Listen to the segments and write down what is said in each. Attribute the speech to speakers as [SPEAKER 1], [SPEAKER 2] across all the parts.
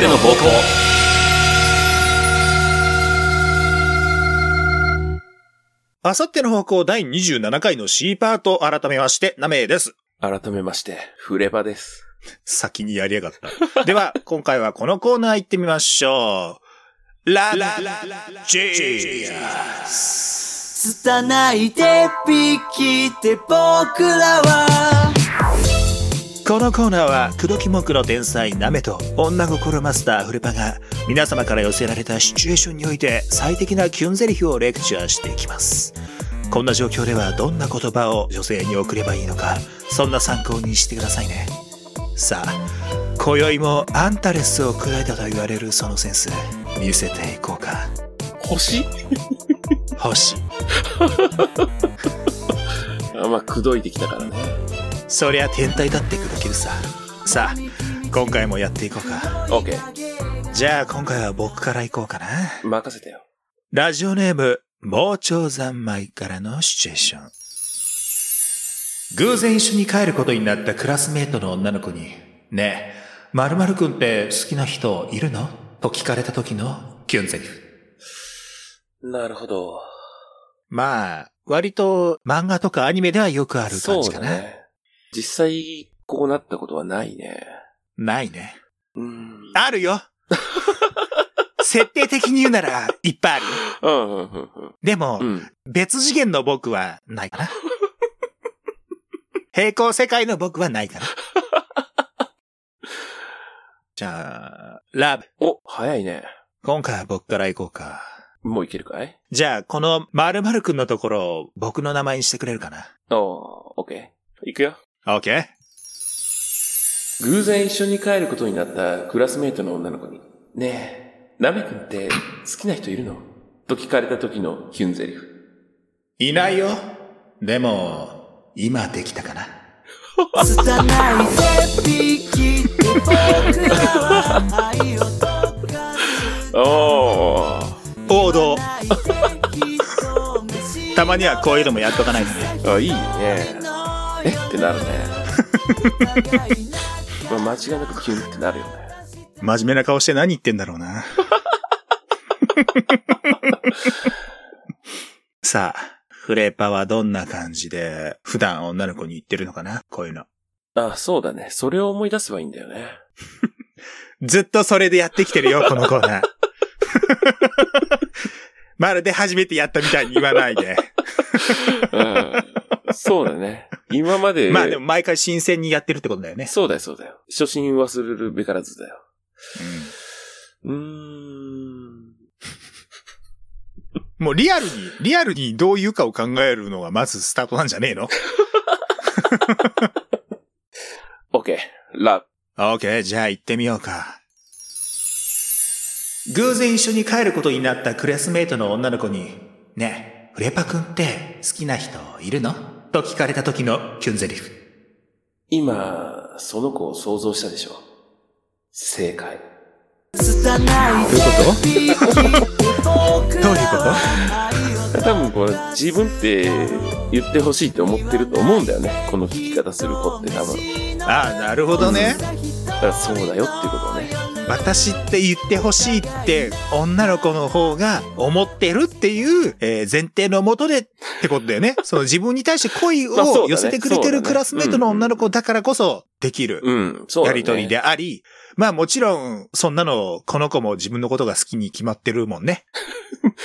[SPEAKER 1] での暴行
[SPEAKER 2] あさっての方向第27回の C パート、改めまして、ナメです。
[SPEAKER 1] 改めまして、フレバです。
[SPEAKER 2] 先にやりやがった。 では、今回はこのコーナー行ってみましょう。ララジアス。
[SPEAKER 3] 拙い手引きで僕らは
[SPEAKER 2] このコーナーは、くどきもくの天才ナメと、女心マスターフレパが、皆様から寄せられたシチュエーションにおいて、最適なキュンゼリフをレクチャーしていきます。こんな状況では、どんな言葉を女性に送ればいいのか、そんな参考にしてくださいね。さあ、今宵もアンタレスを砕いたと言われるそのセンス、見せていこうか。
[SPEAKER 1] 星
[SPEAKER 2] 星。
[SPEAKER 1] あまあ、くどいてきたからね。
[SPEAKER 2] そりゃ天体だって砕けるさ。さあ、今回もやっていこうか。
[SPEAKER 1] オッケー。
[SPEAKER 2] じゃあ今回は僕からいこうかな。
[SPEAKER 1] 任せてよ。
[SPEAKER 2] ラジオネーム、傍聴三昧からのシチュエーション。偶然一緒に帰ることになったクラスメイトの女の子に、ねえ、〇〇くんって好きな人いるのと聞かれた時のキュンゼリフ。
[SPEAKER 1] なるほど。
[SPEAKER 2] まあ、割と漫画とかアニメではよくある感
[SPEAKER 1] そ
[SPEAKER 2] じ
[SPEAKER 1] う
[SPEAKER 2] か
[SPEAKER 1] だ
[SPEAKER 2] な。
[SPEAKER 1] ね。実際、こうなったことはないね。
[SPEAKER 2] ないね。
[SPEAKER 1] うーん。
[SPEAKER 2] あるよ 設定的に言うなら、いっぱいあるよ。
[SPEAKER 1] うん、うん、うんうん。
[SPEAKER 2] でも、
[SPEAKER 1] うん。
[SPEAKER 2] 別次元の僕はな いかな。平行世界の僕はないかな。じゃあ、ラブ。
[SPEAKER 1] お、早いね。
[SPEAKER 2] 今回は僕から行こうか。
[SPEAKER 1] もういけるかい
[SPEAKER 2] じゃあ、この〇〇くんのところを僕の名前にしてくれるかな。
[SPEAKER 1] おー、オッケー。いくよ。
[SPEAKER 2] オッケー
[SPEAKER 1] 偶然一緒に帰ることになったクラスメイトの女の子に、ねえ、ナメ君って好きな人いるのと聞かれた時のキュンゼリフ。
[SPEAKER 2] いないよ。でも、今できたかな。
[SPEAKER 3] 拙い手引きで僕らは愛を溶かす
[SPEAKER 1] お
[SPEAKER 2] 王道。た
[SPEAKER 3] た
[SPEAKER 2] ま
[SPEAKER 3] ま
[SPEAKER 2] に
[SPEAKER 3] に
[SPEAKER 2] は
[SPEAKER 3] は
[SPEAKER 2] こう
[SPEAKER 3] こう
[SPEAKER 2] い
[SPEAKER 3] いうう
[SPEAKER 2] のもや
[SPEAKER 3] のもや
[SPEAKER 2] っ
[SPEAKER 3] っ
[SPEAKER 2] とか
[SPEAKER 3] とか
[SPEAKER 2] な
[SPEAKER 3] ないい
[SPEAKER 1] あいい
[SPEAKER 2] とね
[SPEAKER 3] とね
[SPEAKER 1] ねえ
[SPEAKER 3] えっ
[SPEAKER 1] って
[SPEAKER 3] て
[SPEAKER 1] なる
[SPEAKER 3] なる
[SPEAKER 1] ね
[SPEAKER 3] ね。
[SPEAKER 1] まあ、間違いなくキュンってなるよね。
[SPEAKER 2] 真面目な顔して何言ってんだろうな。 さあ、フレパはどんな感じで普段女の子に言ってるのかなこういうの。
[SPEAKER 1] あ、そうだね。それを思い出せばいいんだよ ね。
[SPEAKER 2] ずっとそれでやってきてる よ、このコーナー。まるで初めてやったみたいに言わないで。
[SPEAKER 1] うん。そうだね。今まで、
[SPEAKER 2] まあでも毎回新鮮にやってるってことだよね。
[SPEAKER 1] そうだよ、そうだよ。初心忘れるべからずだよ。
[SPEAKER 2] う
[SPEAKER 1] うーん。
[SPEAKER 2] ん、もうリアルに、リアルにどういうかを考えるのがまずスタートなんじゃねえの
[SPEAKER 1] OK。ラブ。
[SPEAKER 2] オッケー、じゃあ行ってみようか。偶然一緒に帰ることになったクラスメイトの女の子に、ねえ、フレパ君って好きな人いるのと聞かれた時のキュンゼリフ。
[SPEAKER 1] 今、その子を想像したでしょ。正解。
[SPEAKER 3] 拙い手引きで僕ら
[SPEAKER 2] どういうこと
[SPEAKER 3] は愛を溶かす
[SPEAKER 1] 多分これ自分って言ってほしいって思ってると思うんだよね。この聞き方する子って多分。
[SPEAKER 2] ああ、なるほどね。
[SPEAKER 1] だからそうだよっていうことをね。
[SPEAKER 2] 私って言ってほしいって女の子の方が思ってるっていう、えー前提のもとでってことだよね。その自分に対して恋
[SPEAKER 1] まあそうだ
[SPEAKER 2] を
[SPEAKER 1] ね
[SPEAKER 2] 寄せてくれ
[SPEAKER 1] そ
[SPEAKER 2] て
[SPEAKER 1] うだ
[SPEAKER 2] る
[SPEAKER 1] ね
[SPEAKER 2] クラスメイトの女の子だからこそできる
[SPEAKER 1] うん、そうだ、
[SPEAKER 2] や
[SPEAKER 1] ね。
[SPEAKER 2] りとりであり、まあもちろんそんなのこの子も自分のことが好きに決まってるもんね。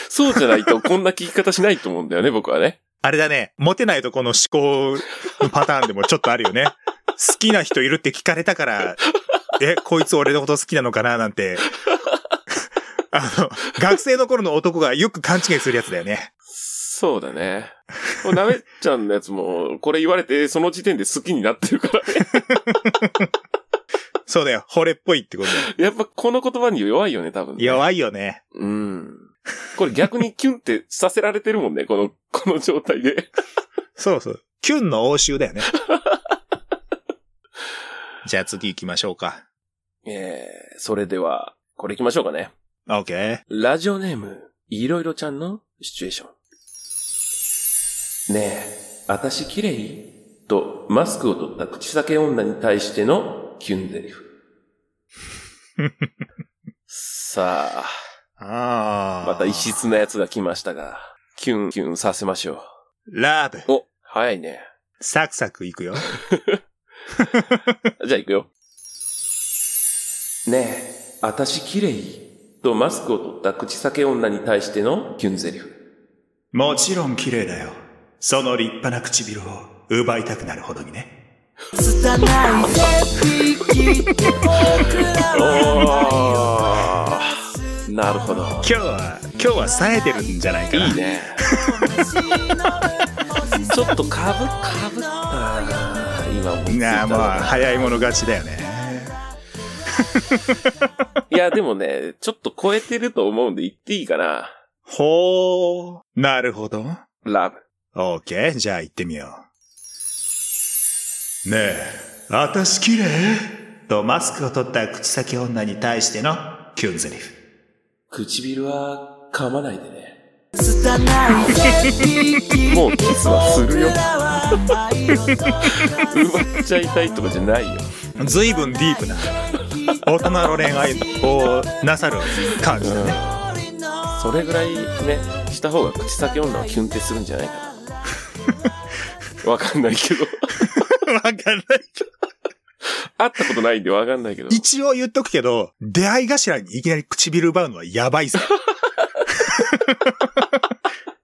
[SPEAKER 1] そうじゃないとこんな聞き方しないと思うんだよね、僕はね。
[SPEAKER 2] あれだね、モテないとこの思考のパターンでもちょっとあるよね。 好きな人いるって聞かれたから、え、こいつ俺のこと好きなのかななんて。 あの、学生の頃の男がよく勘違いするやつだよね。
[SPEAKER 1] そうだね。もうなめちゃんのやつも、これ言われて、その時点で好きになってるからね。
[SPEAKER 2] そうだよ、惚れっぽいってことだよ。
[SPEAKER 1] やっぱこの言葉に弱いよね、多分、ね。い。
[SPEAKER 2] 弱いよね。
[SPEAKER 1] うん。これ逆にキュンってさせられてるもんね、この、この状態で。
[SPEAKER 2] そうそう。キュンの応酬だ よね。じゃあ次行きましょうか。
[SPEAKER 1] えー、それでは、これ行きましょうかね。
[SPEAKER 2] オッケー。
[SPEAKER 1] ラジオネーム、いろいろちゃんのシチュエーション。ねえ、あたし綺麗と、マスクを取った口裂け女に対してのキュンゼリフ。 さ
[SPEAKER 2] あ
[SPEAKER 1] あ、
[SPEAKER 2] あ。
[SPEAKER 1] また異質なやつが来ましたが、キュンキュンさせましょ
[SPEAKER 2] ラブ。
[SPEAKER 1] う。お、早いね。
[SPEAKER 2] サクサクいくよ。
[SPEAKER 1] じゃあ行くよ。ねえ、あたし綺麗。とマスクを取った口裂け女に対してのキュンゼリフ。
[SPEAKER 2] もちろん綺麗だよ。その立派な唇を奪いたくなるほどにね。
[SPEAKER 3] 拙い手引きで僕
[SPEAKER 1] お
[SPEAKER 3] ら
[SPEAKER 1] ー。なるほど。
[SPEAKER 2] 今日は、今日は冴えてるんじゃないかな。
[SPEAKER 1] いいね。ちょっとかぶ、かぶったな今思いつい
[SPEAKER 2] な
[SPEAKER 1] た
[SPEAKER 2] あ、
[SPEAKER 1] のが
[SPEAKER 2] まあ、早い者勝ちだよね。
[SPEAKER 1] いや、でもね、ちょっと超えてると思うんで言っていいかな。
[SPEAKER 2] ほう。なるほど。
[SPEAKER 1] ラブ。
[SPEAKER 2] オーケー、じゃあ行ってみよう。ねえ、あたし綺麗とマスクを取った口先女に対してのキュンゼリフ。
[SPEAKER 1] 唇は噛まないでね。
[SPEAKER 3] 拙い手引き
[SPEAKER 1] もうキスはするよ
[SPEAKER 3] 僕。らは愛を解かず
[SPEAKER 1] 奪っちゃいたいとかじゃないよ。
[SPEAKER 2] ずいぶんディープ な、大人の恋愛をなさる感 じだね。
[SPEAKER 1] それぐらいね、した方が口先女はキュンってするんじゃないかな。わかんないけど。
[SPEAKER 2] わかんない。
[SPEAKER 1] 会ったことないんでわかんないけど。
[SPEAKER 2] 一応言っとくけど、出会い頭にいきなり唇奪うのはやば いぞ。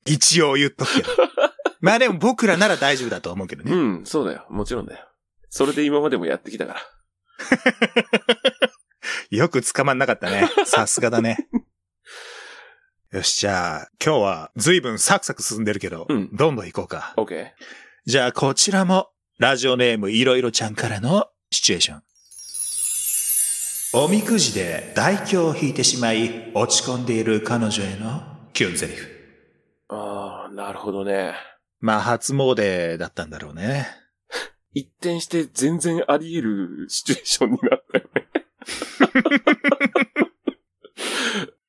[SPEAKER 2] 一応言っとくけど。まあでも僕らなら大丈夫だと思うけどね。
[SPEAKER 1] うん、そうだよ。もちろんだよ。それで今までもやってきたから。
[SPEAKER 2] よく捕まんなかったね。さすがだね。よし、じゃあ、今日は随分サクサク進んでるけど、
[SPEAKER 1] うん
[SPEAKER 2] どんどん行こうか。
[SPEAKER 1] オッケ
[SPEAKER 2] じゃあ、こちらも、ラジオネームいろいろちゃんからのシチュエーション。おみくじで大凶を引いてしまい、落ち込んでいる彼女へのキュンゼリフ。
[SPEAKER 1] ー。ああ、なるほどね。
[SPEAKER 2] まあ、初詣だったんだろうね。
[SPEAKER 1] 一転して全然あり得るシチュエーションになったよね。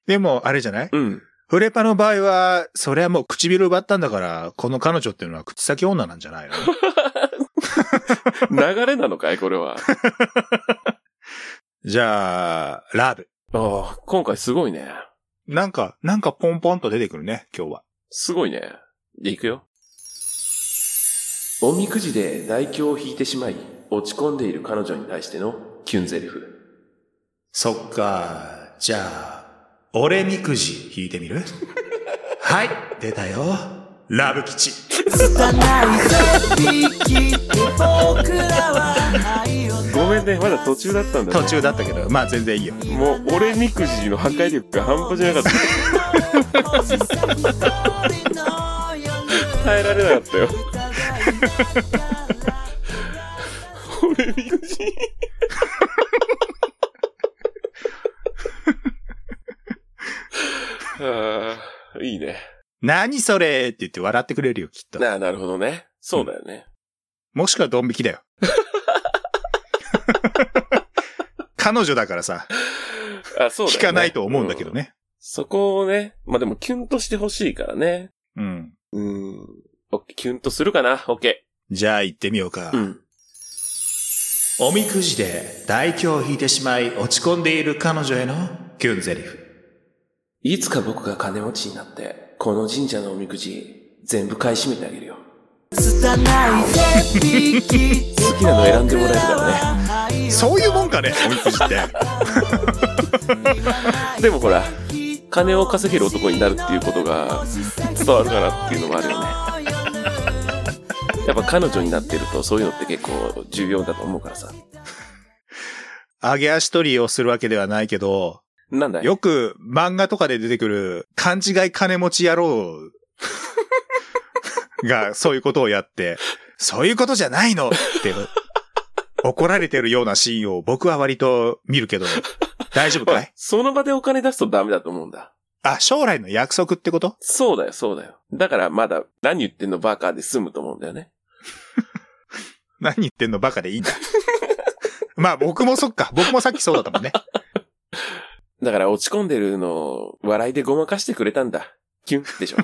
[SPEAKER 2] でも、あれじゃない
[SPEAKER 1] うん。
[SPEAKER 2] フレパの場合は、それはもう唇奪ったんだから、この彼女っていうのは口先女なんじゃないの
[SPEAKER 1] 流れなのかいこれは。
[SPEAKER 2] じゃあ、ラブ。
[SPEAKER 1] ああ、今回すごいね。
[SPEAKER 2] なんか、なんかポンポンと出てくるね、今日は。
[SPEAKER 1] すごいね。で、行くよ。おみくじで大凶を引いてしまい、落ち込んでいる彼女に対してのキュンゼリフ。
[SPEAKER 2] そっか、じゃあ、俺みくじ引いてみるはい、出たよ。ラブ吉。
[SPEAKER 3] 拙い手引きで僕らは愛を解かず
[SPEAKER 1] ごめんね、まだ途中だったんだ、ね。
[SPEAKER 2] 途中だったけど、まあ全然いいよ。
[SPEAKER 1] もう、俺みくじの破壊力が半端じゃな かった。耐えられなかったよ。俺みくじ。 ああ、いいね。
[SPEAKER 2] 何それって言って笑ってくれるよ、きっと。
[SPEAKER 1] なあ、なるほどね。そうだよね。
[SPEAKER 2] もしくはドン引きだよ。彼女だからさ、
[SPEAKER 1] あ、そうだよね
[SPEAKER 2] 引かないと思うんだけど。
[SPEAKER 1] う
[SPEAKER 2] ね。
[SPEAKER 1] そこをね、まあ、でもキュンとしてほしいからね。
[SPEAKER 2] うん。
[SPEAKER 1] うん。オッケー、キュンとするかなオッケ
[SPEAKER 2] じゃあ行ってみようか。
[SPEAKER 1] ー。うん。
[SPEAKER 2] おみくじで大凶を引いてしまい落ち込んでいる彼女へのキュンゼリフ。
[SPEAKER 1] いつか僕が金持ちになって、この神社のおみくじ、全部買い占めてあげるよ。
[SPEAKER 3] 好
[SPEAKER 1] きなの選んでもらえるから
[SPEAKER 3] ね
[SPEAKER 2] そういうもんかね、おみくじって。
[SPEAKER 1] でもほら、金を稼げる男になるっていうことが伝わるかなっていうのもあるよね。やっぱ彼女になってるとそういうのって結構重要だと思うからさ。
[SPEAKER 2] 揚げ足取りをするわけではないけど、
[SPEAKER 1] なんだ
[SPEAKER 2] よく漫画とかで出てくる勘違い金持ち野 郎がそういうことをやって、そういうことじゃないのって怒られてるようなシーンを僕は割と見るけど、大丈夫かい
[SPEAKER 1] その場でお金出すとダメだと思うんだ。
[SPEAKER 2] あ、将来の約束ってこと
[SPEAKER 1] そうだよ、そうだよ。だからまだ何言ってんのバカで済むと思うんだよね。
[SPEAKER 2] 何言ってんのバカで いいんだ。まあ僕もそっか。僕もさっきそうだったもんね。
[SPEAKER 1] だから落ち込んでるのを笑いでごまかしてくれたんだ。キュン でしょ。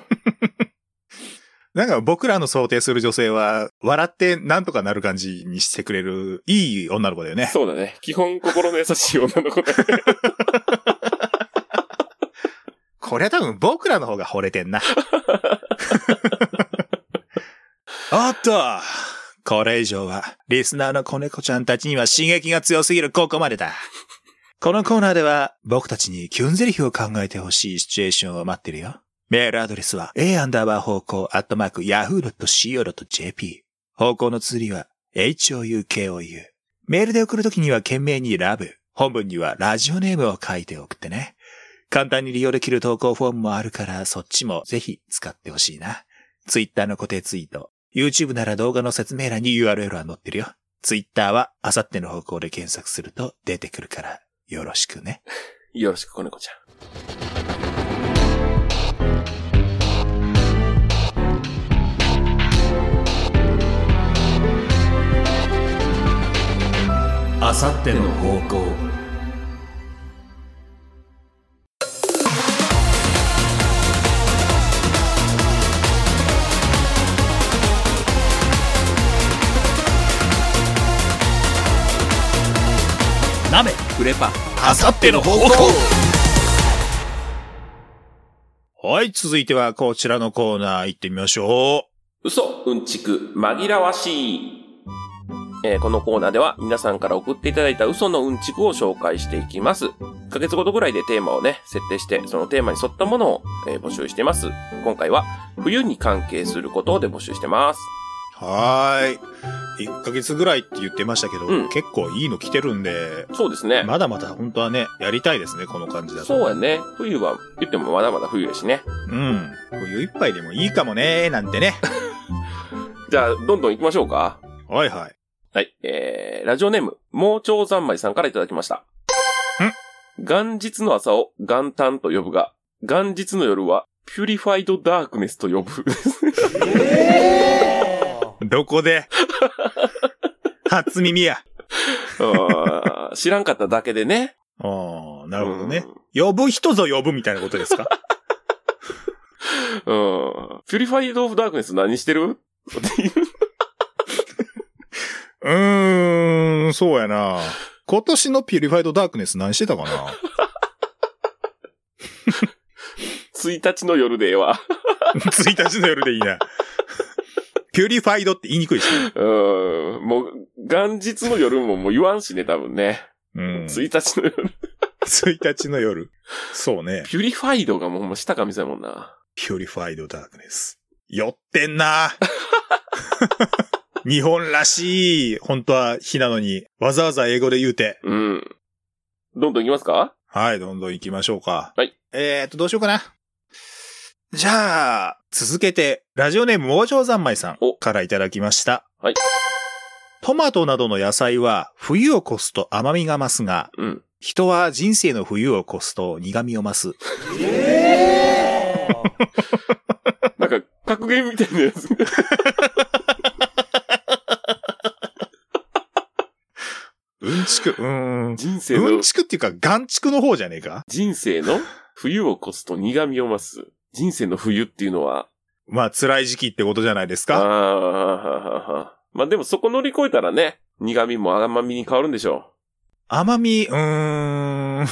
[SPEAKER 2] なんか僕らの想定する女性は、笑ってなんとかなる感じにしてくれる、いい女の子だよね。
[SPEAKER 1] そうだね。基本心の優しい女の子だね。
[SPEAKER 2] これは多分僕らの方が惚れてんな。 おっとこれ以上は、リスナーの子猫ちゃんたちには刺激が強すぎるここまでだ。このコーナーでは、僕たちにキュンゼリフを考えてほしいシチュエーションを待ってるよ。メールアドレスは、a アンダーバー方向、アットマーク、yahoo.co.jp。方向の通りは、houkou。メールで送るときには懸命にラブ。本文にはラジオネームを書いて送ってね。簡単に利用できる投稿フォームもあるから、そっちもぜひ使ってほしいな。Twitter の固定ツイート。YouTube なら動画の説明欄に URL は載ってるよ。Twitter はあさっての方向で検索すると出てくるから、よろしくね。
[SPEAKER 1] よろしく、子猫ちゃん。
[SPEAKER 2] あさっての方向。なめ、フレパ、あさっての方向はい、続いてはこちらのコーナー行ってみましょ
[SPEAKER 1] 嘘、うんちく、紛らわしい。えーこのコーナーでは皆さんから送っていただいた嘘のうんちくを紹介していきます。1ヶ月ごとぐらいでテーマをね、設定して、そのテーマに沿ったものを、えー募集しています。今回は、冬に関係することで募集してます。
[SPEAKER 2] う。はーい。1ヶ月ぐらいって言ってましたけど、
[SPEAKER 1] うん
[SPEAKER 2] 結構いいの来てるんで、
[SPEAKER 1] そうですね。
[SPEAKER 2] まだまだ本当はね、やりたいですね、この感じだと。
[SPEAKER 1] そうやね。冬は、言ってもまだまだ冬やしね。
[SPEAKER 2] うん。冬一杯でもいいかもねー、なんてね。
[SPEAKER 1] じゃあ、どんどん行きましょうか。
[SPEAKER 2] はいはい。
[SPEAKER 1] はい。えー、ラジオネーム、盲腸三昧さんからいただきました。元日の朝を元旦と呼ぶが、元日の夜は、ピュリファイドダークネスと呼ぶ。
[SPEAKER 2] どこ で初耳や。
[SPEAKER 1] あー知らんかっただけでね。
[SPEAKER 2] ああ、なるほどね
[SPEAKER 1] う。ん
[SPEAKER 2] 呼ぶ人ぞ呼ぶみたいなことです か
[SPEAKER 1] うん。ピュリファイド・オブ・ダークネス何してるっていう
[SPEAKER 2] うーん、そうやな。今年のピュリファイドダークネス何してたか な
[SPEAKER 1] 1日の夜でええわ。
[SPEAKER 2] ?1 日の夜でい いな。ピュリファイドって言いにくいしね、
[SPEAKER 1] うん。もう、元日の夜ももう言わんしね、多分ね。
[SPEAKER 2] うん。
[SPEAKER 1] 1日の夜。
[SPEAKER 2] 1日の夜。そうね。
[SPEAKER 1] ピュリファイドがもうほんま下かみたいもんな。
[SPEAKER 2] ピュリファイドダークネス。酔ってんな 日本らしい、本当は日なのに、わざわざ英語で言うて。
[SPEAKER 1] うん。どんどんいきますか
[SPEAKER 2] はい、どんどん行きましょうか。
[SPEAKER 1] はい。
[SPEAKER 2] えーっと、どうしようかな。じゃあ、続けて、ラジオネーム、王城三昧さん
[SPEAKER 1] お
[SPEAKER 2] からいただきました。
[SPEAKER 1] はい。
[SPEAKER 2] トマトなどの野菜は、冬を越すと甘みが増すが、
[SPEAKER 1] うん。
[SPEAKER 2] 人は人生の冬を越すと苦味を増す。
[SPEAKER 1] なんか、格言みたいなやつ。
[SPEAKER 2] うんちく、うー ん。
[SPEAKER 1] 人生
[SPEAKER 2] うん
[SPEAKER 1] の、
[SPEAKER 2] ちくっていうか、ガンちくの方じゃねえか
[SPEAKER 1] 人生 の冬を越すと苦味を増す。人生の冬っていうのは、
[SPEAKER 2] まあ、辛い時期ってことじゃないです
[SPEAKER 1] あ
[SPEAKER 2] か
[SPEAKER 1] あー、まあでもそこ乗り越えたらね、苦味も甘みに変わるんでしょ
[SPEAKER 2] 甘み、うーん。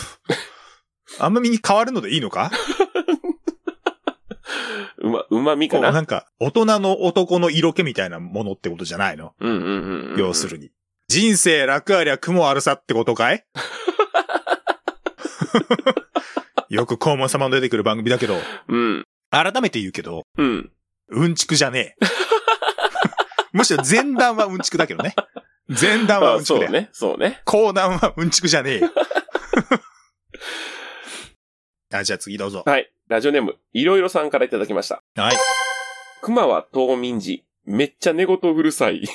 [SPEAKER 2] 甘みに変わるのでいいのか
[SPEAKER 1] う。うま、うまみ
[SPEAKER 2] こ
[SPEAKER 1] か
[SPEAKER 2] う
[SPEAKER 1] な。
[SPEAKER 2] なんか、大人の男の色気みたいなものってことじゃないの
[SPEAKER 1] うんうんうんうん。
[SPEAKER 2] 要するに。人生楽ありゃ雲あるさってこと かいよく黄門様の出てくる番組だけど、
[SPEAKER 1] うん。
[SPEAKER 2] 改めて言うけど、
[SPEAKER 1] うん。
[SPEAKER 2] うんちくじ ゃねえ。むしろ前段はうんちくだけどね。前段は
[SPEAKER 1] あ
[SPEAKER 2] うんち
[SPEAKER 1] そ
[SPEAKER 2] く
[SPEAKER 1] う
[SPEAKER 2] だよ。
[SPEAKER 1] ね。そうね。
[SPEAKER 2] 後段はうんちくじゃねえよ。 あ、じゃあ次どうぞ。
[SPEAKER 1] はい。ラジオネーム、いろいろさんからいただきました。
[SPEAKER 2] はい。
[SPEAKER 1] 熊は冬眠時。めっちゃ寝言うるさい。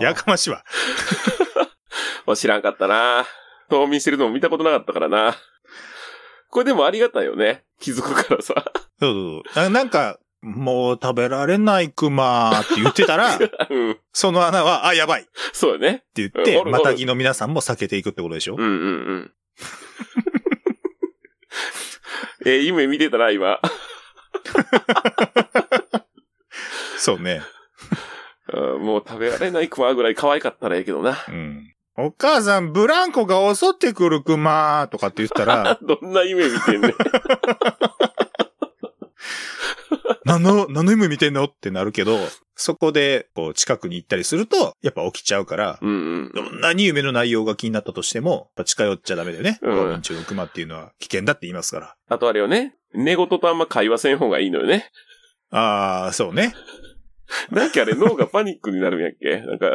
[SPEAKER 2] やかましいわ。
[SPEAKER 1] まあ知らんかったな。冬眠してるのも見たことなかったからな。これでもありがたいよね。気づくからさ。
[SPEAKER 2] そうそうそうななんか、もう食べられないクマって言って たら、
[SPEAKER 1] うん。
[SPEAKER 2] その穴は、あ、やばいって
[SPEAKER 1] そうよね。
[SPEAKER 2] 言っ
[SPEAKER 1] うん
[SPEAKER 2] て、
[SPEAKER 1] おるおる
[SPEAKER 2] マタギの皆さんも避けていくってことでしょ
[SPEAKER 1] うんうんうん。 えー、夢見てたな、今。
[SPEAKER 2] そうね。
[SPEAKER 1] うんもう食べられないクマぐらい可愛かったらええけどな。、
[SPEAKER 2] うん。お母さん、ブランコが襲ってくるクマとかって言ったら
[SPEAKER 1] どんな夢見てん ねん。
[SPEAKER 2] 何の、何の夢見てんのってなるけど、そこで、こう、近くに行ったりすると、やっぱ起きちゃうから、
[SPEAKER 1] うんうん。
[SPEAKER 2] どんなに夢の内容が気になったとしても、やっぱ近寄っちゃダメだよね。
[SPEAKER 1] うん
[SPEAKER 2] 公民中のクマっていうのは危険だって言いますから。
[SPEAKER 1] あとあれよね。寝言とあんま会話せん方がいいのよね。
[SPEAKER 2] ああ、そうね。
[SPEAKER 1] なんかあれ脳がパニックになるんやっけなんか、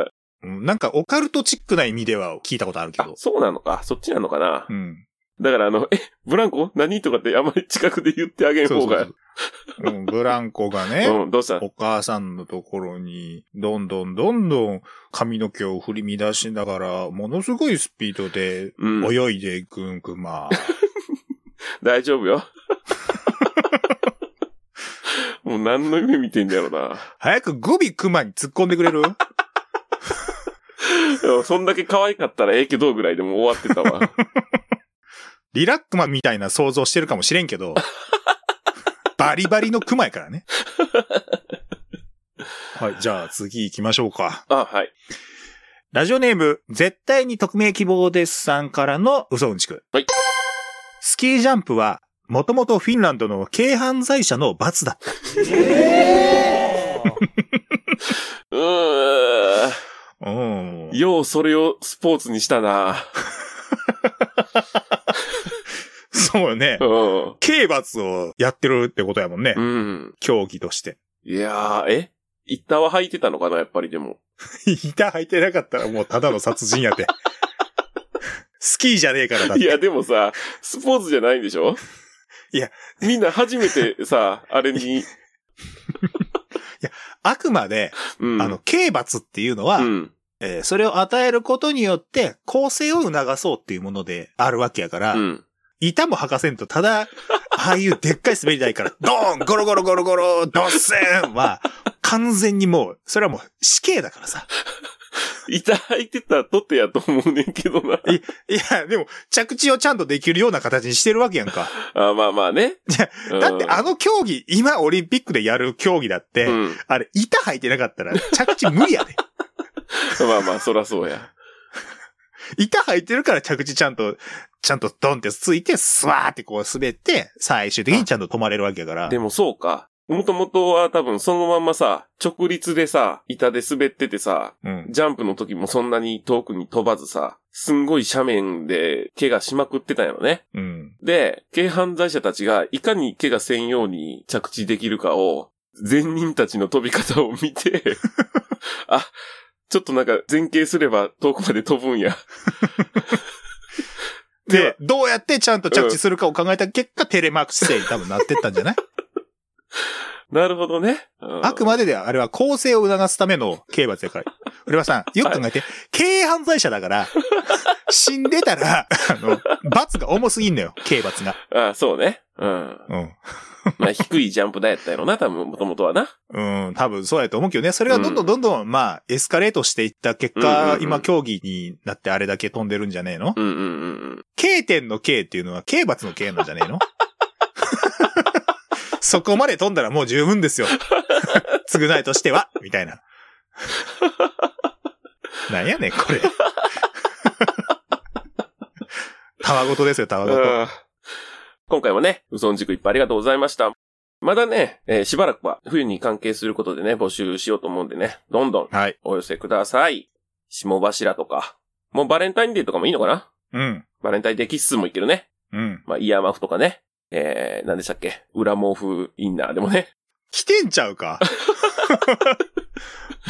[SPEAKER 2] うんなんかオカルトチックな意味では聞いたことあるけ
[SPEAKER 1] あ
[SPEAKER 2] ど、。
[SPEAKER 1] そうなのか。そっちなのかな
[SPEAKER 2] う。ん。
[SPEAKER 1] だからあの、え、ブランコ何とかってあんまり近くで言ってあげん
[SPEAKER 2] そう
[SPEAKER 1] 方
[SPEAKER 2] そう
[SPEAKER 1] が
[SPEAKER 2] そ。う。うん、ブランコがね、
[SPEAKER 1] うん、どうした
[SPEAKER 2] お母さんのところに、どんどんどんどん髪の毛を振り乱しながら、ものすごいスピードで
[SPEAKER 1] うん。
[SPEAKER 2] 泳いでいくんくま。
[SPEAKER 1] 大丈夫よ。 もう何の夢見てんだろうな。
[SPEAKER 2] 早く語尾クマに突っ込んでくれる
[SPEAKER 1] でもそんだけ可愛かったらええけどぐらいでもう終わってた わ。
[SPEAKER 2] リラックマみたいな想像してるかもしれん けど、バリバリのクマやからね。はい、じゃあ次行きましょうか。
[SPEAKER 1] あ、はい。
[SPEAKER 2] ラジオネーム、絶対に匿名希望ですさんからの嘘うんちく。
[SPEAKER 1] はい
[SPEAKER 2] スキージャンプは、もともとフィンランドの軽犯罪者の罰だ。
[SPEAKER 1] うー
[SPEAKER 2] うん
[SPEAKER 1] ん。。ようそれをスポーツにした な。
[SPEAKER 2] そうよね
[SPEAKER 1] う。ん。
[SPEAKER 2] 刑罰をやってるってことやもんね
[SPEAKER 1] う。ん。
[SPEAKER 2] 競技として。
[SPEAKER 1] いやー、え一旦は履いてたのかなやっぱりでも。
[SPEAKER 2] 板履いてなかったらもうただの殺人や て。スキーじゃねえからだっ
[SPEAKER 1] い
[SPEAKER 2] て。
[SPEAKER 1] や、でもさ、スポーツじゃないんでしょ
[SPEAKER 2] いや。
[SPEAKER 1] みんな初めてさ、あれに、
[SPEAKER 2] あくまで、
[SPEAKER 1] うん。
[SPEAKER 2] あの、、刑罰っていうのは、
[SPEAKER 1] うん。
[SPEAKER 2] えーそれを与えることによって、構成を促そうっていうものであるわけやから、
[SPEAKER 1] うん。
[SPEAKER 2] 板も履かせんと、ただ、あ あいうでっかい滑り台から、ドーンゴロゴロゴロゴロドッセンは、完全にもう、それはもう死刑だからさ。
[SPEAKER 1] 板履いてたとてやと思うねんけどな。
[SPEAKER 2] いや、でも、着地をちゃんとできるような形にしてるわけやんか。
[SPEAKER 1] あまあまあね。うん
[SPEAKER 2] だってあの競技、今オリンピックでやる競技だって、
[SPEAKER 1] うん。
[SPEAKER 2] あれ、板履いてなかったら着地無理やで。
[SPEAKER 1] まあまあ、そらそうや。
[SPEAKER 2] 板履いてるから着地ちゃんと、ちゃんとドンってついて、スワーってこう滑って、最終的にちゃんと止まれるわけやから。
[SPEAKER 1] でもそうか。もともとは多分そのまんまさ、直立でさ、板で滑っててさ、
[SPEAKER 2] うん。
[SPEAKER 1] ジャンプの時もそんなに遠くに飛ばずさ、すんごい斜面で怪我しまくってたんやろね。
[SPEAKER 2] うん。
[SPEAKER 1] で、軽犯罪者たちがいかに怪我せんように着地できるかを、善人たちの飛び方を見て、あ、ちょっとなんか前傾すれば遠くまで飛ぶんや。
[SPEAKER 2] で、どうやってちゃんと着地するかを考えた結果、テレマーク姿勢に多分なってったんじゃない
[SPEAKER 1] なるほどね。うん
[SPEAKER 2] あくまでで、あれは構成を促すための刑罰やから。俺はさん、よく考えて、軽犯罪者だから、死んでたら、あの、罰が重すぎんのよ、刑罰が。
[SPEAKER 1] あそうね。うん。
[SPEAKER 2] うん。
[SPEAKER 1] まあ低いジャンプ台やったやろな、多分、もともとはな。
[SPEAKER 2] うん、多分そうやと思うけどね。それがどんどんどんどん、まあ、エスカレートしていった結
[SPEAKER 1] うんうん
[SPEAKER 2] 果、
[SPEAKER 1] うん
[SPEAKER 2] 今競技になってあれだけ飛んでるんじゃねえの
[SPEAKER 1] うんうんうんうん。
[SPEAKER 2] K 点の K っていうのは刑罰の刑なんじゃねえの そこまで飛んだらもう十分ですよ。償いとしては、みたいな。なんやね ん、これ。たわごとですよ、たわごと。
[SPEAKER 1] 今回もね、うそんじくいっぱいありがとうございました。まだね、えーしばらくは冬に関係することでね、募集しようと思うんでね、どんどん
[SPEAKER 2] はい。
[SPEAKER 1] お寄せください。下柱とか。もうバレンタインデーとかもいいのかな
[SPEAKER 2] うん。
[SPEAKER 1] バレンタインデーキッスもいけるね。
[SPEAKER 2] うん。
[SPEAKER 1] まあ、イヤーマフとかね。えー、何でしたっけ裏毛布インナーでもね。
[SPEAKER 2] 来てんちゃ うか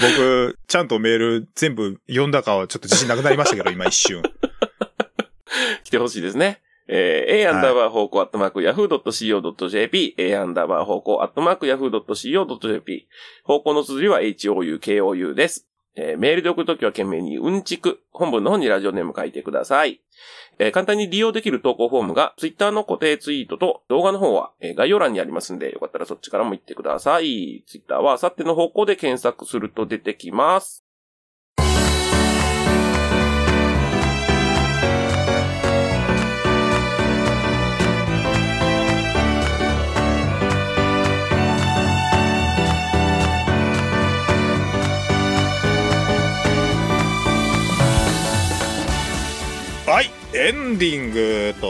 [SPEAKER 2] 僕、ちゃんとメール全部読んだかはちょっと自信なくなりましたけど、今一瞬。
[SPEAKER 1] 来てほしいですね。えー、a アンダーバー方向アットマーク yahoo.co.jp、a アンダーバー方向アットマーク yahoo.co.jp、方向の綴りは houkou です。えーメールで送るときは懸命にうんちく、本文の方にラジオネーム書いてください。えー簡単に利用できる投稿フォームが Twitter の固定ツイートと動画の方は、えー概要欄にありますんで、よかったらそっちからも行ってください。Twitter はあさっての方向で検索すると出てきます。
[SPEAKER 2] ンディングと。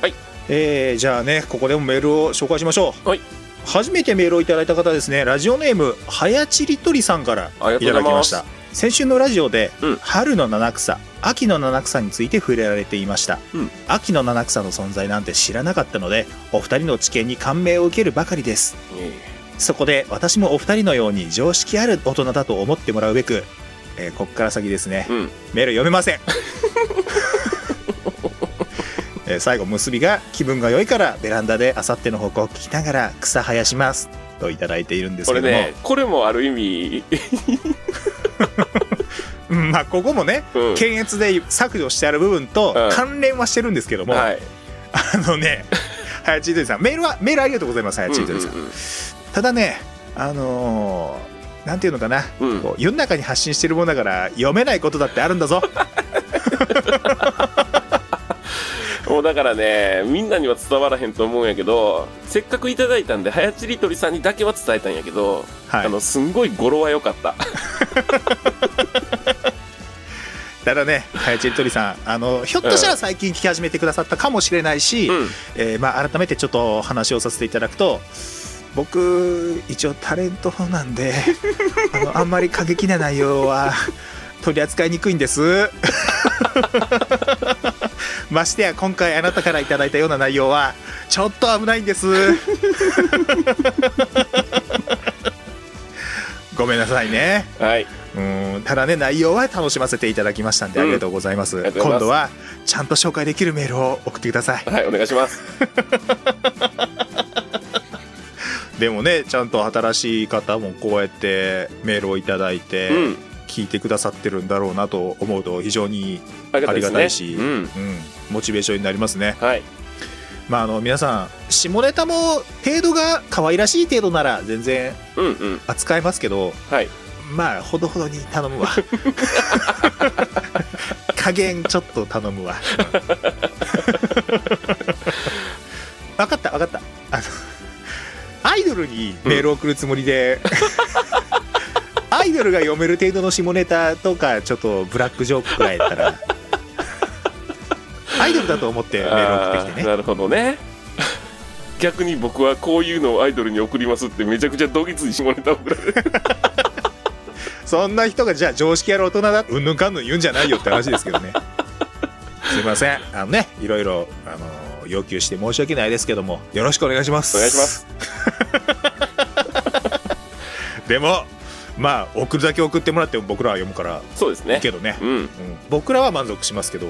[SPEAKER 1] はい。
[SPEAKER 2] えー、じゃあね、ここでもメールを紹介しましょう。
[SPEAKER 1] はい。
[SPEAKER 2] 初めてメールをいただいた方ですね、ラジオネーム、はやちりとりさんから
[SPEAKER 1] ありがとう
[SPEAKER 2] いただき
[SPEAKER 1] ござい
[SPEAKER 2] ま
[SPEAKER 1] ま
[SPEAKER 2] し
[SPEAKER 1] す。
[SPEAKER 2] た。先週のラジオで、
[SPEAKER 1] うん
[SPEAKER 2] 春の七草秋の七草について触れられていました、
[SPEAKER 1] うん
[SPEAKER 2] 秋の七草の存在なんて知らなかったのでお二人の知見に感銘を受けるばかりです
[SPEAKER 1] え
[SPEAKER 2] そこで私もお二人のように常識ある大人だと思ってもらうべく、えーこっから先ですね
[SPEAKER 1] えうん。
[SPEAKER 2] メール読め ませんえー最後結びが気分が良いからベランダであさっての方向を聞きながら草生やしますといただいているんです
[SPEAKER 1] こ
[SPEAKER 2] け
[SPEAKER 1] れ
[SPEAKER 2] ども、
[SPEAKER 1] ね、これもある意味、
[SPEAKER 2] うんまあここもね
[SPEAKER 1] うん。
[SPEAKER 2] 検閲で削除してある部分と
[SPEAKER 1] うん
[SPEAKER 2] 関連はしてるんですけども、
[SPEAKER 1] はい。
[SPEAKER 2] あ のね、はやちいとりさん、メールは、メールありがとうございます、はやちいとりさん。ただね、あのーなんていうのかな、
[SPEAKER 1] うんうんうん。うん
[SPEAKER 2] こう世の中に発信してるものだから読めないことだってあるんだ ぞ。
[SPEAKER 1] もうだからね、みんなには伝わらへんと思うんやけど、せっかくいただいたんで、はやちりとりさんにだけは伝えたんやけど、
[SPEAKER 2] は
[SPEAKER 1] あ
[SPEAKER 2] い。
[SPEAKER 1] の、すんごい語呂は良かった。
[SPEAKER 2] ただね、はやちいとりさん、あの、ひょっとしたら最近聞き始めてくださったかもしれないし、
[SPEAKER 1] うん。
[SPEAKER 2] えーまあ、改めてちょっとお話をさせていただくと僕一応タレントな んであのあんまり過激な内容は取り扱いにくいんです ましてや今回あなたからいただいたような内容はちょっと危ない んですごめんなさいね
[SPEAKER 1] はい。
[SPEAKER 2] うんただね内容は楽しませていただきましたんでありがとうございます、
[SPEAKER 1] んありがとうござい
[SPEAKER 2] 今
[SPEAKER 1] ます
[SPEAKER 2] 度はちゃんと紹介できるメールを送ってください
[SPEAKER 1] はい、お願いします。
[SPEAKER 2] でもねちゃんと新しい方もこうやってメールをいただいて、
[SPEAKER 1] うん。
[SPEAKER 2] 聞いてくださってるんだろうなと思うと非常に、
[SPEAKER 1] ありがたいですね。
[SPEAKER 2] ありがたいし
[SPEAKER 1] うん。
[SPEAKER 2] うん、モチベーションになりますね。
[SPEAKER 1] はい。
[SPEAKER 2] まああの皆さん下ネタも程度が可愛らしい程度なら全然
[SPEAKER 1] うんうん。
[SPEAKER 2] 扱えますけど
[SPEAKER 1] はい。
[SPEAKER 2] まあほどほどに頼むわ加減ちょっと頼むわ分かった分かったあのアイドルにメールを送るつもりで、アイドルが読める程度の下ネタとかちょっとブラックジョークくらいやったらアイドルだと思ってメールを送ってきて
[SPEAKER 1] あー
[SPEAKER 2] ね
[SPEAKER 1] なるほどね。 逆に僕はこういうのをアイドルに送りますってめちゃくちゃドギツに下ネタ送られる。
[SPEAKER 2] そんな人がじゃあ常識ある大人だうんぬんかんぬん言うんじゃないよって話ですけど ねすいませんあのねいろいろ、あの要求して申し訳ないですけどもよろしくお願いします
[SPEAKER 1] お願いします
[SPEAKER 2] でもまあ送るだけ送ってもらっても僕らは読むから
[SPEAKER 1] そうです
[SPEAKER 2] いい
[SPEAKER 1] ね。
[SPEAKER 2] けどね
[SPEAKER 1] うん。
[SPEAKER 2] うん僕らは満足しま すけど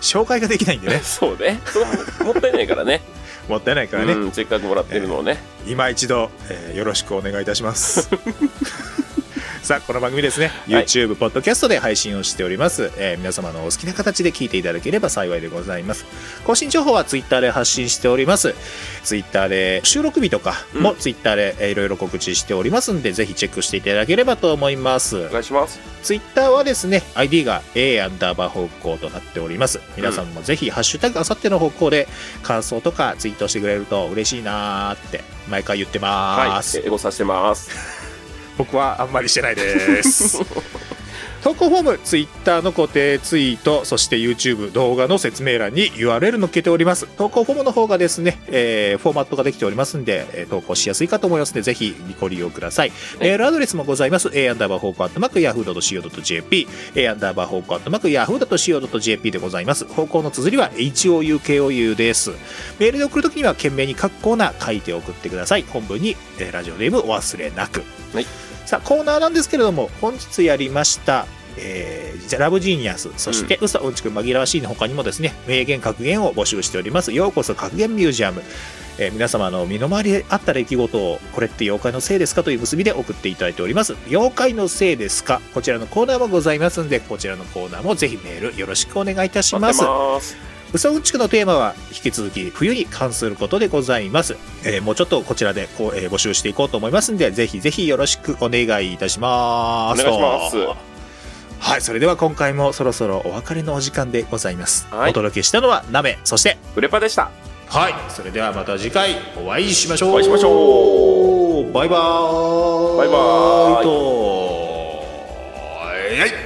[SPEAKER 2] 紹介ができないんでね
[SPEAKER 1] そうね。それももったいないから ね。
[SPEAKER 2] もったいないからね、
[SPEAKER 1] うん。せっかくもらってるのをね。
[SPEAKER 2] 今一度、えーよろしくお願いいたします さあこの番組ですね
[SPEAKER 1] はい
[SPEAKER 2] YouTube、ポッドキャストで配信をしております、えー皆様のお好きな形で聞いていただければ幸いでございます更新情報は Twitter で発信しております Twitter で収録日とかも Twitter でえーいろいろ告知しておりますんで、ぜひチェックしていただければと思います、
[SPEAKER 1] お願いします。
[SPEAKER 2] ツイッターはですね、ID が A アンダーバー方向となっております。皆さんもぜひ、ハッシュタグあさっての方向で感想とかツイートしてくれると嬉しいなーって毎回言ってま
[SPEAKER 1] は
[SPEAKER 2] ーす。
[SPEAKER 1] い。エゴさせてます。
[SPEAKER 2] 僕はあんまりしてないです。 投稿フォーム、ツイッターの固定ツイート、そして YouTube 動画の説明欄に URL 載っけております。投稿フォームの方がですね、えーフォーマットができておりますんで、えー投稿しやすいかと思いますので、ぜひご利用ください。メールアドレスもございます。a アンダーバー方向アットマーク yahoo.co.jp、a アンダーバー方向アットマーク yahoo.co.jp でございます。方向の綴りは houkou です。メールで送るときには懸命に各コーナー書いて送ってください。本文に、えーラジオネームお忘れなく。さあコーナーなんですけれども本日やりましたえーじゃラブジーニアスそして嘘うんちく紛らわしいの他にもですね名言格言を募集しておりますようこそ格言ミュージアム、えー皆様の身の回りであった出来事をこれって妖怪のせいですかという結びで送っていただいております妖怪のせいですかこちらのコーナーもございますんでこちらのコーナーもぜひメールよろしくお願いいたし
[SPEAKER 1] 待
[SPEAKER 2] ま
[SPEAKER 1] って
[SPEAKER 2] す
[SPEAKER 1] ます。
[SPEAKER 2] 嘘うんちくのテーマは引き続き冬に関することでございます、えーもうちょっとこちらでこう、えー募集していこうと思いますんでぜひぜひよろしくお願いいたします
[SPEAKER 1] お願いします
[SPEAKER 2] はいそれでは今回もそろそろお別れのお時間でございます、
[SPEAKER 1] はい
[SPEAKER 2] お届けしたのはナメそして
[SPEAKER 1] フレパでした。
[SPEAKER 2] はいそれではまた次回お会いしましょう
[SPEAKER 1] お会いしましょ
[SPEAKER 2] うバイバーイ
[SPEAKER 1] バイバーイ
[SPEAKER 2] とはい